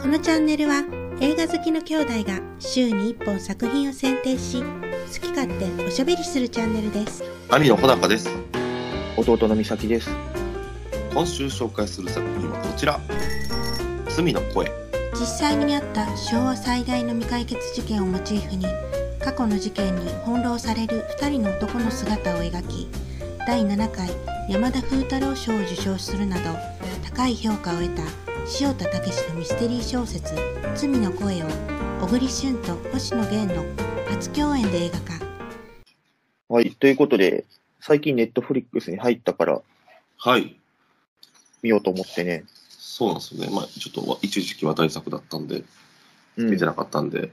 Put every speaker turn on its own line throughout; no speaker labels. このチャンネルは映画好きの兄弟が週に1本作品を選定し好き勝手おしゃべりするチャンネルです
兄の穂高です
弟の美咲です。
今週紹介する作品はこちら罪の声
実際にあった昭和最大の未解決事件をモチーフに過去の事件に翻弄される2人の男の姿を描き第7回山田風太郎賞を受賞するなど高い評価を得た塩田武のミステリー小説「罪の声」を小栗旬と星野源の初共演で映画化
はい。ということで、最近ネットフリックスに入ったから
はい
見ようと思ってね。
そうなんですよねまあちょっとわ一時期話題作だったんで
うん。
見てなかったんで、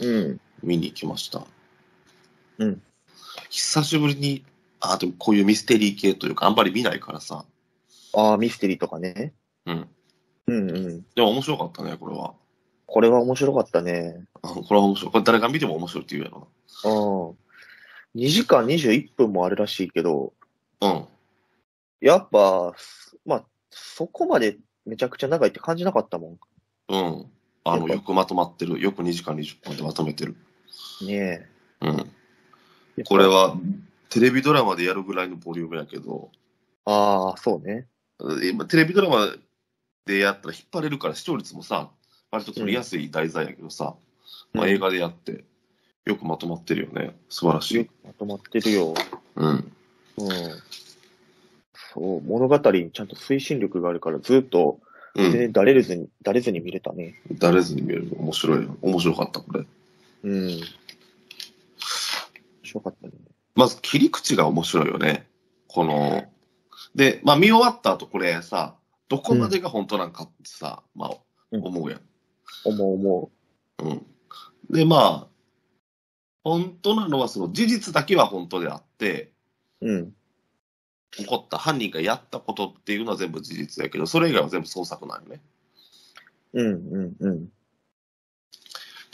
うん。
見に行きました
うん
久しぶりにあでもこういうミステリー系というかあんまり見ないからさ
ああ、ミステリーとかね。
うん
うんうん。
でも面白かったねこれは
これは面白かったね。
あこれは面白いこれ誰が見ても面白いって言うやろ
うん。2時間21分もあるらしいけど、
なうん
やっぱ、まあ、そこまでめちゃくちゃ長いって感じなかったも
うんあ
やっ
の
ぱ
よくまとまってるよく2時間20分でまとめてる
ん。ね
うん
え。
これ。はテレビドラマでやるぐらいのボリュームやけど、
ああ、そうね。
今テレビドラマでやったら引っ張れるから視聴率もさ、割と取りやすい題材やけどさ、まあ、映画でやって、よくまとまってるよね。素晴らし
よ
い
く。まとまってるよ。
うん。
うん。そう、物語にちゃんと推進力があるから、ずっと、
う
全
ん。
然だれずに、だれずに見れたね。
だれずに見えるの面白いよ。面白かった、これ。
うん。面白かったね。
まず切り口が面白いよね。この、で、まあ見終わった後これさ、どこまでが本当なんかってさ、まあ
うん
思うやん。
思う思
うん。で、まあ、本当なのは、その事実だけは本当であって、
う。うん。
起こった犯人がやったことっていうのは全部事実やけど、それ以外は全部創作なんよね。
うんうんうん。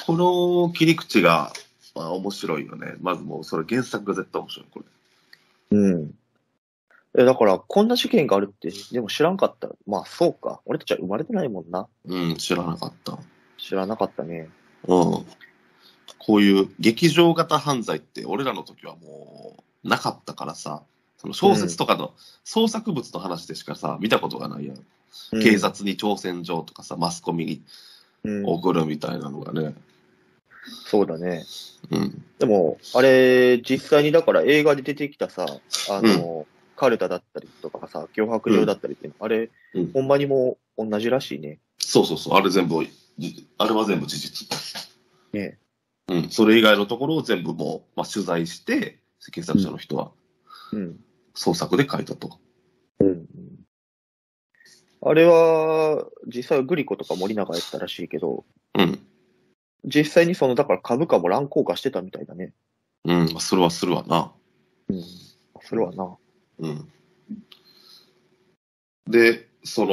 この切り口が、まあ、面白いよね。まずもう、それ原作が絶対面白い、これ。
うん。え、だから、こんな事件があるって、でも知らんかった。まあ、そうか。俺たちは生まれてないもんな。
うん、知らなかった。うん。
知らなかったね。
こういう劇場型犯罪って、俺らの時はもう、なかったからさ、その小説とかの創作物の話でしかさ、見たことがないやん。
うん
警察に挑戦状とかさ、マスコミに
うん、
送るみたいなのがね。
そうだね。
うん。
でも、あれ、実際にだから映画で出てきたさ、あの、カルタだったりとかさ、脅迫状だったりっていうの、あれ、
うん
ほんまにもう同じらしいね。
そうそうそう。あれ全部、じあれは全部事実。
ね
うん。それ以外のところを全部もう、まあ、取材して、検索者の人は
うん。
創作で書いたと。
うん。あれは、実際はグリコとか森永やったらしいけど、
うん。
実際にその、だから株価も乱高下してたみたいだね。
うん。まあそれはするわな。
うん。それはな。
うん。で、そ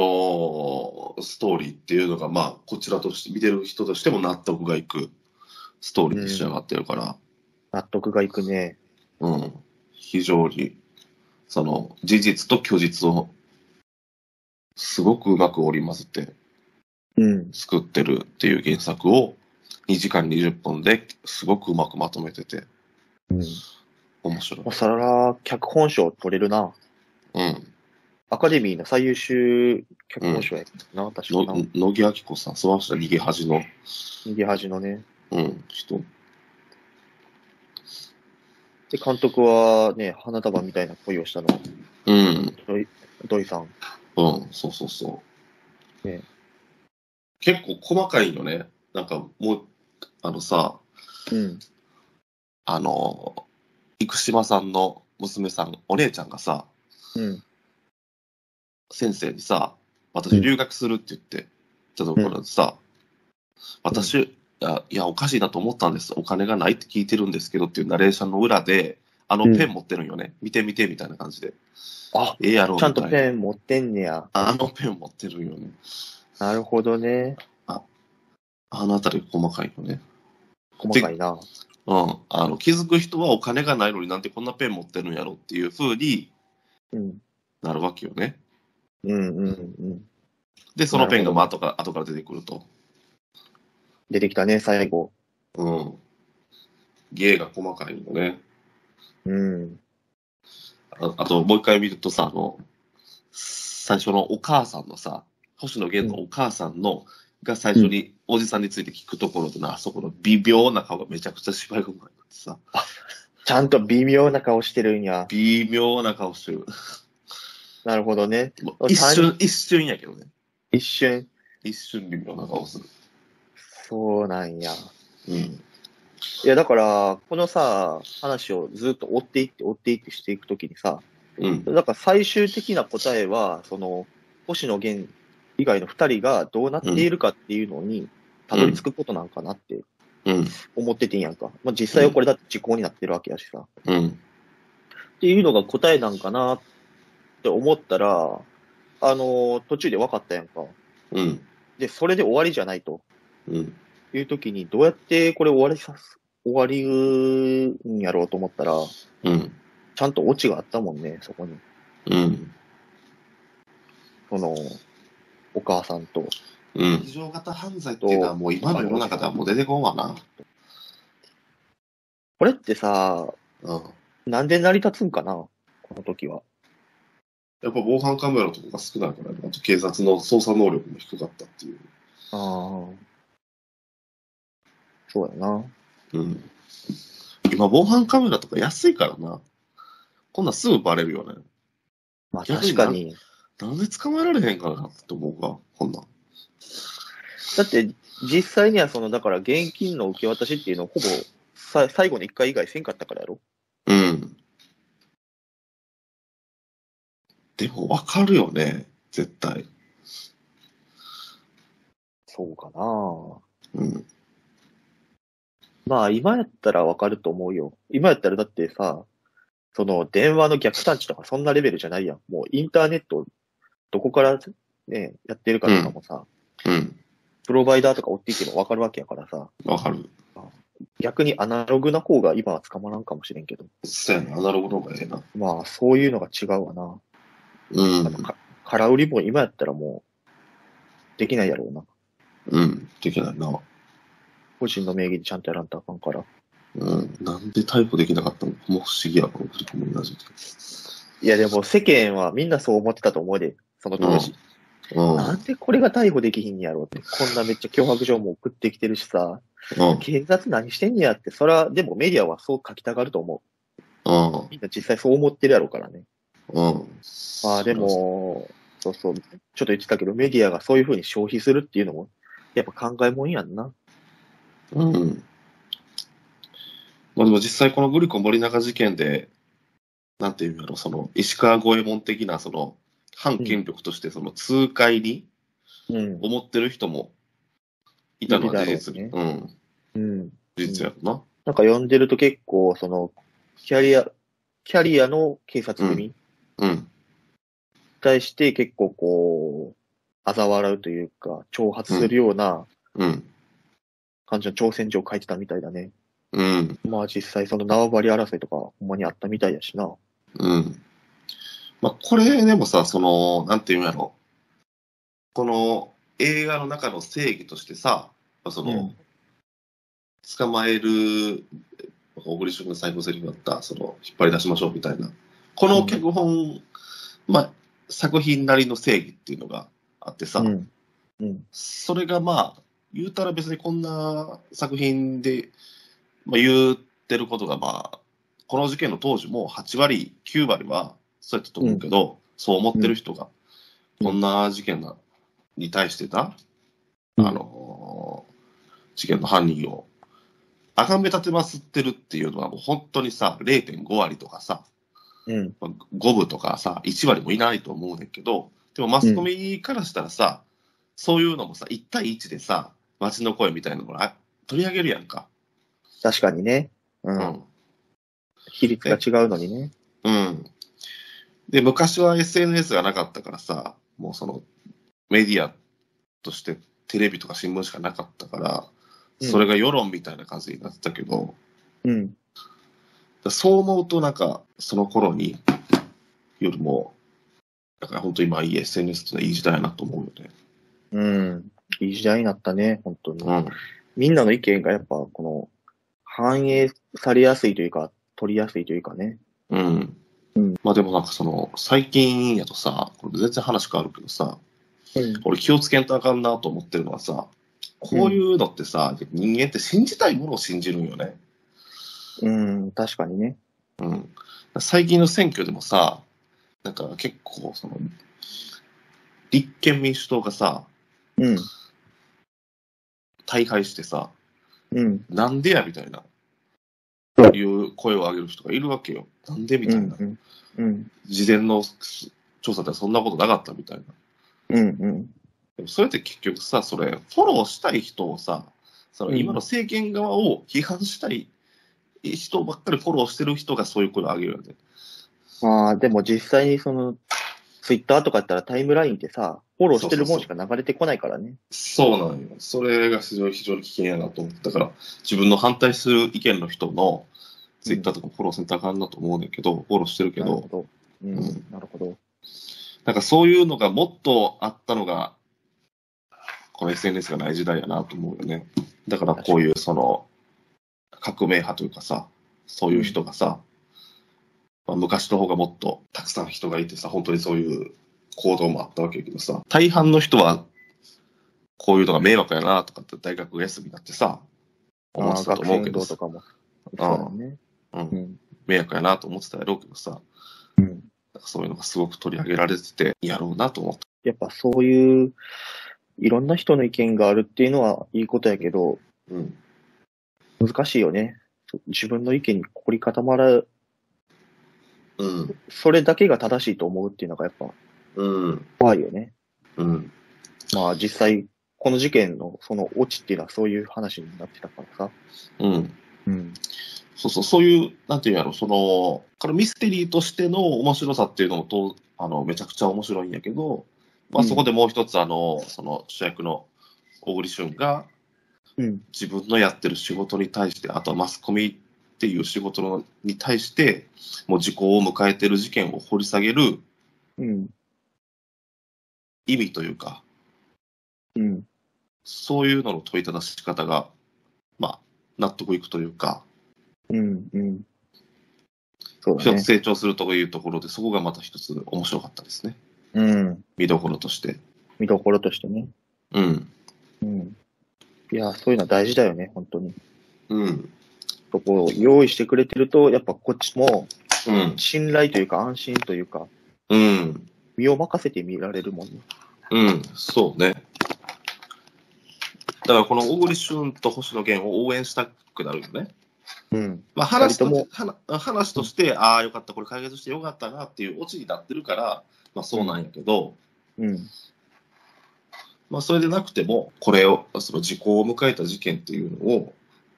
の、ストーリーっていうのが、まあ、こちらとして、見てる人としても納得がいくストーリーに仕上がってるから、
納得がいくね。
うん、非常に、その、事実と虚実を、すごくうまく織り交ぜて
うん。
作ってるっていう原作を、2時間20分ですごくうまくまとめてて、
うん。
面白い
お。さら、脚本賞取れるな。
うん。
アカデミーの最優秀脚本賞やったな、確かな
の。野木明子さん、そうした逃げ恥の、
右端のね。
うん、人。
で、監督はね、花束みたいな恋をしたの、
うん、
土井さん。
うん、そうそうそう。
ね
結構細かいよね。なんかもう、あのさ、
うん。
あの、生島さんの娘さん、お姉ちゃんがさ、
うん。
先生にさ、
う
私
ん
留学するって言って、ちょっとこれさ、私、あいや、おかしいなと思ったんです。お金がないって聞いてるんですけどっていうナレーションの裏で、あの
うん
ペン持ってるんよね。見て見てみたいな感じで。
あ、
ええやろ、み
ちゃ
たい
ん
な。
とペン持ってんねや。
あのペン持ってるんよね。
なるほどね。
あのあたり細かいよね。
細かいな。
うん。あの、気づく人はお金がないのになんてこんなペン持ってるんやろっていう風に
うん。
なるわけよね。
うんうんうん。
で、そのペンがまあ後から、後から出てくると。
出てきたね、最後。
うん。芸が細かいのね。
うん。
ああと、もう一回見るとさ、あの、最初のお母さんのさ、星野源のお母さんの、が最初に、おじさんについて聞くところでな、あそこの微妙な顔がめちゃくちゃ芝居がうまいってさ、
ちゃんと微妙な顔してるんや。
微妙な顔してる。
なるほどね。
もう一瞬、一瞬やけどね。
一瞬。
一瞬微妙な顔する。
そうなんや。
うん。
いや、だから、このさ、話をずっと追っていって、追っていってしていくときにさ、
うん。
だから最終的な答えは、その、星野源以外の2人がどうなっているかっていうのに、たどり着くことなんかなって
うん。
思っててんやんか。まあ、実際はこれだって時効になってるわけやしさ。
うん。
っていうのが答えなんかなって思ったら、あのー途中で分かったやんか。
うん。
で、それで終わりじゃないと
うん。
いうときに、どうやってこれ終わりさす、終わりんやろうと思ったら、
うん。
ちゃんとオチがあったもんね、そこに。
うん。
その、お母さんと。
うん。非常型犯罪っていうのはもう今の世の中ではもう出てこんわな。
これってさ、
うん。
なんで成り立つんかなこの時は。
やっぱ防犯カメラとかが少ないから、ね、あと警察の捜査能力も低かったっていう。
ああ。そうやな。
うん。今、防犯カメラとか安いからな。こんなんすぐバレるよね。
まあ
逆に
確
な
かに。
なんで捕まえられへんからなって思うか、こんなん。
だって、実際にはその、だから現金の受け渡しっていうのをほぼ、さ最後の1回以外せんかったからやろ
うん。でもわかるよね、絶対。
そうかな。
うん。
まあ今やったらわかると思うよ。今やったらだってさ、その電話の逆探知とかそんなレベルじゃないやん。もうインターネットどこからね、やってるかとかもさ、
うん。
プロバイダーとか追っていけばわかるわけやからさ、
わかる。
逆にアナログな方が今は捕まらんかもしれんけど、
そうやな、アナログの方がええな。
まあそういうのが違うわな。
うん。
空売りも今やったらもう、できないやろうな。
うん。できないな。
個人の名義でちゃんとやらんとあかんから。
うん。なんで逮捕できなかったのかもう不思議や、この振り込み同じで。
いやでも世間はみんなそう思ってたと思うで、その当時。
うん。
なんでこれが逮捕できひんやろうって。こんなめっちゃ脅迫状も送ってきてるしさ、
うん。
警察何してんやって、そら、でもメディアはそう書きたがると思
うん。
う。みんな実際そう思ってるやろうからね。
うん。
まあでも、そうそう、ちょっと言ってたけど、メディアがそういうふうに消費するっていうのも、やっぱ考えもんやんな。
うん。まあでも実際このグリコ森永事件で、なんていうんやろ、その石川五右衛門的な、その反権力として、その痛快に
うん。
思ってる人もいたのは事実。
いるだ
うん。
うん。
事実やろな。
なんか読んでると結構、その、キャリア、キャリアの警察組に
うん。
対して結構こう、嘲笑うというか、挑発するような
うん。
感じの挑戦状を書いてたみたいだね。
うん。
まあ実際その縄張り争いとか、ほんまにあったみたいやしな。
うん。まあこれでもさ、その、なんていうんやろ、この映画の中の正義としてさ、まあその、
うん
捕まえる、小栗旬の最高セリフだった、その、引っ張り出しましょうみたいな。この脚本、まあ、作品なりの正義っていうのがあってさ、
うん。うん。
それがまあ、言うたら別にこんな作品で、まあ、言ってることがまあ、この事件の当時も8割、9割はそうやったと思うけど、そう思ってる人が、
うん
こんな事件がに対してな、あのー事件の犯人を、あがめ立てまつってるっていうのはもう本当にさ、0.5割とかさ、
うん。
まあ5分とかさ、1割もいないと思うねんけど、でもマスコミからしたらさ、そういうのもさ、1対1でさ、街の声みたいなのをあ取り上げるやんか。
確かにね。う。。
うん
比率が違うのにね。
うん。で、昔は SNS がなかったからさ、もうその、メディアとしてテレビとか新聞しかなかったから、
うん
それが世論みたいな感じになってたけど、
うん。
だそう思うと、なんか、その頃に、よりも、だから本当今、いい SNS ってのはいい時代やなと思うよね。
うん。いい時代になったね、本当に。
うん。
みんなの意見がやっぱ、この、反映されやすいというか、取りやすいというかね。
うん。
うん
まあでもなんかその、最近やとさ、これ全然話変わるけどさ、
うん。
俺気をつけんとあかんなと思ってるのはさ、こういうのってさ、人間って信じたいものを信じるんよね。
うん、確かにね。
うん。最近の選挙でもさ、なんか結構その、立憲民主党がさ、
うん。
大敗してさ、
うん。
なんでやみたいな、いう声を上げる人がいるわけよ。なんでみ
う
たい
ん
な。。
うん。
事前の調査ではそんなことなかったみたいな。
うん。うん。
でもそれって結局さ、それ、フォローしたい人をさ、その
うん
今の政権側を批判したい人ばっかりフォローしてる人がそういう声を上げるよね。
まあ、でも実際にその、ツイッターとかやったらタイムラインってさ、フォローしてるもんしか流れてこないからね。
そうなんよ。それが非常に非常に危険やなと思ったから、自分の反対する意見の人のツイッターとかフォローせんとあかんなと思うねんけど、フォローしてるけ
なる
ど
ほ、ど。うん
うん。
なるほど。
なんかそういうのがもっとあったのが、この SNS がない時代やなと思うよね。だからこういうその、革命派というかさ、そういう人がさ、まあ、昔の方がもっとたくさん人がいてさ、本当にそういう行動もあったわけやけどさ、大半の人は、こういうのが迷惑やなとかって大学が休みになってさ、思ってたと
学
思
生
うけ
運
ど
動
さ
と、かも。そうだね。
うん
うん。
迷惑やなと思ってたやろうけどさ、
うん。
なんかそういうのがすごく取り上げられてて、やろうなと思った。
やっぱそういう、いろんな人の意見があるっていうのはいいことやけど、
うん
難しいよね。そ自分の意見に凝り固まら、
うん。
それだけが正しいと思うっていうのがやっぱ
うん。
怖いよね。
うん。
まあ実際、この事件のそのオチっていうのはそういう話になってたからさ。
うん。
うん。
そうそう、そういう、なんていうんやろ、その、これミステリーとしての面白さっていうのもと、あの、めちゃくちゃ面白いんやけど、まあ
うん
そこでもう一つ、あの、その主役の小栗旬が
うん。
自分のやってる仕事に対して、あとはマスコミっていう仕事のに対して、もう時効を迎えてる事件を掘り下げる
うん。
意味というか、
うん。
そういうのの問いただし方が、まあ、納得いくというか、
うん。うん。そうだ
一
ね
つ。成長するというところで、そこがまた一つ面白かったですね。
うん。
見どころとして。
見どころとしてね。
うん。
うん。いや、そういうのは大事だよね、本当に。
うん。
そこを用意してくれてると、やっぱこっちも
うん。
信頼というか安心というか、
うん。
身を任せて見られるもんね。
うん。そうね。だからこの小栗旬と星野源を応援したくなるよね。
うん。
まあ話と
二人と
話話として、ああ、よかった、これ解決してよかったなっていうオチになってるから、まあそうなんやけど、
うん。
まあそれでなくても、これを、その時効を迎えた事件っていうのを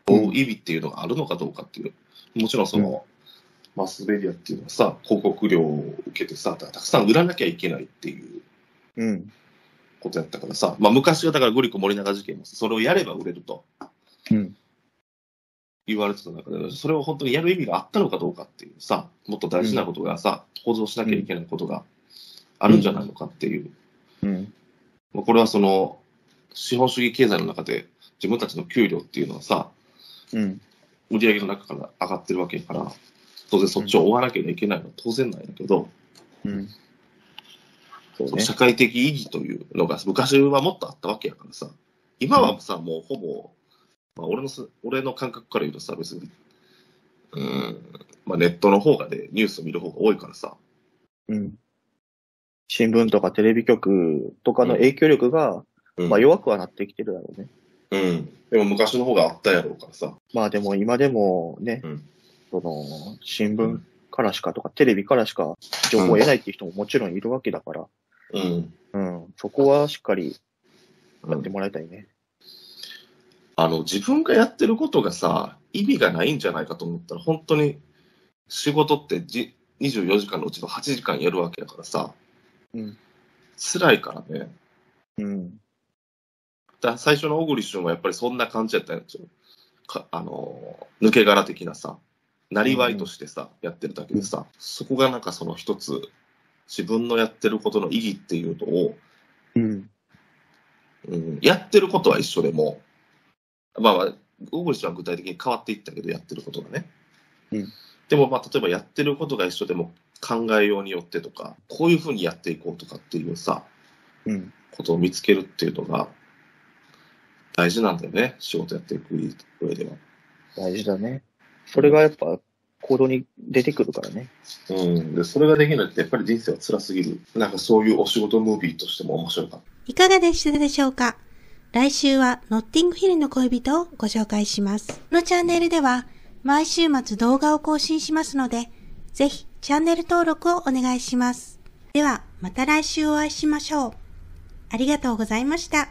追う意味っていうのがあるのかどうかっていう。もちろんその、マスメディアっていうのはさ、広告料を受けてさ、たくさん売らなきゃいけないっていう
うん。
ことやったからさ、まあ、昔はだからグリコ森永事件もそれをやれば売れると
うん。
言われてた中で、それを本当にやる意味があったのかどうかっていうさ、もっと大事なことがさ、報道しなきゃいけないことがあるんじゃないのかっていう、
うん。
まあ、これはその資本主義経済の中で自分たちの給料っていうのはさ、
うん。
売り上げの中から上がってるわけやから、当然そっちを追わなきゃいけないのは当然なんやけど、
うん。
そ
そう
の
ね。
社会的意義というのが昔はもっとあったわけやからさ今はさ、もうほぼ、まあ、俺のす俺の感覚から言うとさ別にうーん、まあ、ネットの方がねニュースを見る方が多いからさ
うん。新聞とかテレビ局とかの影響力が、
うん、
まあ弱くはなってきてるだろうね。
うん、でも昔の方があったやろうからさ
まあでも今でもね、
うん
その、新聞からしかとかテレビからしか情報を得ないっていう人ももちろんいるわけだから、
うん、
うん。そこはしっかり
う
やって
ん、
もらいたいね。
あの自分がやってることがさ意味がないんじゃないかと思ったら本当に仕事ってじ24時間のうちの8時間やるわけやからさ、
うん、
辛いからね
うん。
だ最初の小栗旬はやっぱりそんな感じやったんやつよかあのー抜け殻的なさなりわいとしてさ、やってるだけでさそこがなんかその一つ自分のやってることの意義っていうのを、
うん。
うん、やってることは一緒でもまあまあ、大堀氏は具体的に変わっていったけど、やってることがね。
うん
でも、まあ、例えばやってることが一緒でも考えようによってとか、こういうふうにやっていこうとかっていうさ、
うん。
ことを見つけるっていうのが大事なんだよね、仕事やっていく上では。
大事だね。それがやっぱ行動に出てくるからね。
うん、でそれができないってやっぱり人生は辛すぎる。なんかそういうお仕事ムービーとしても面白かっ
いかがでしたでしょうか来週はノッティングヒルの恋人をご紹介します。このチャンネルでは毎週末動画を更新しますので、ぜひチャンネル登録をお願いします。ではまた来週お会いしましょう。ありがとうございました。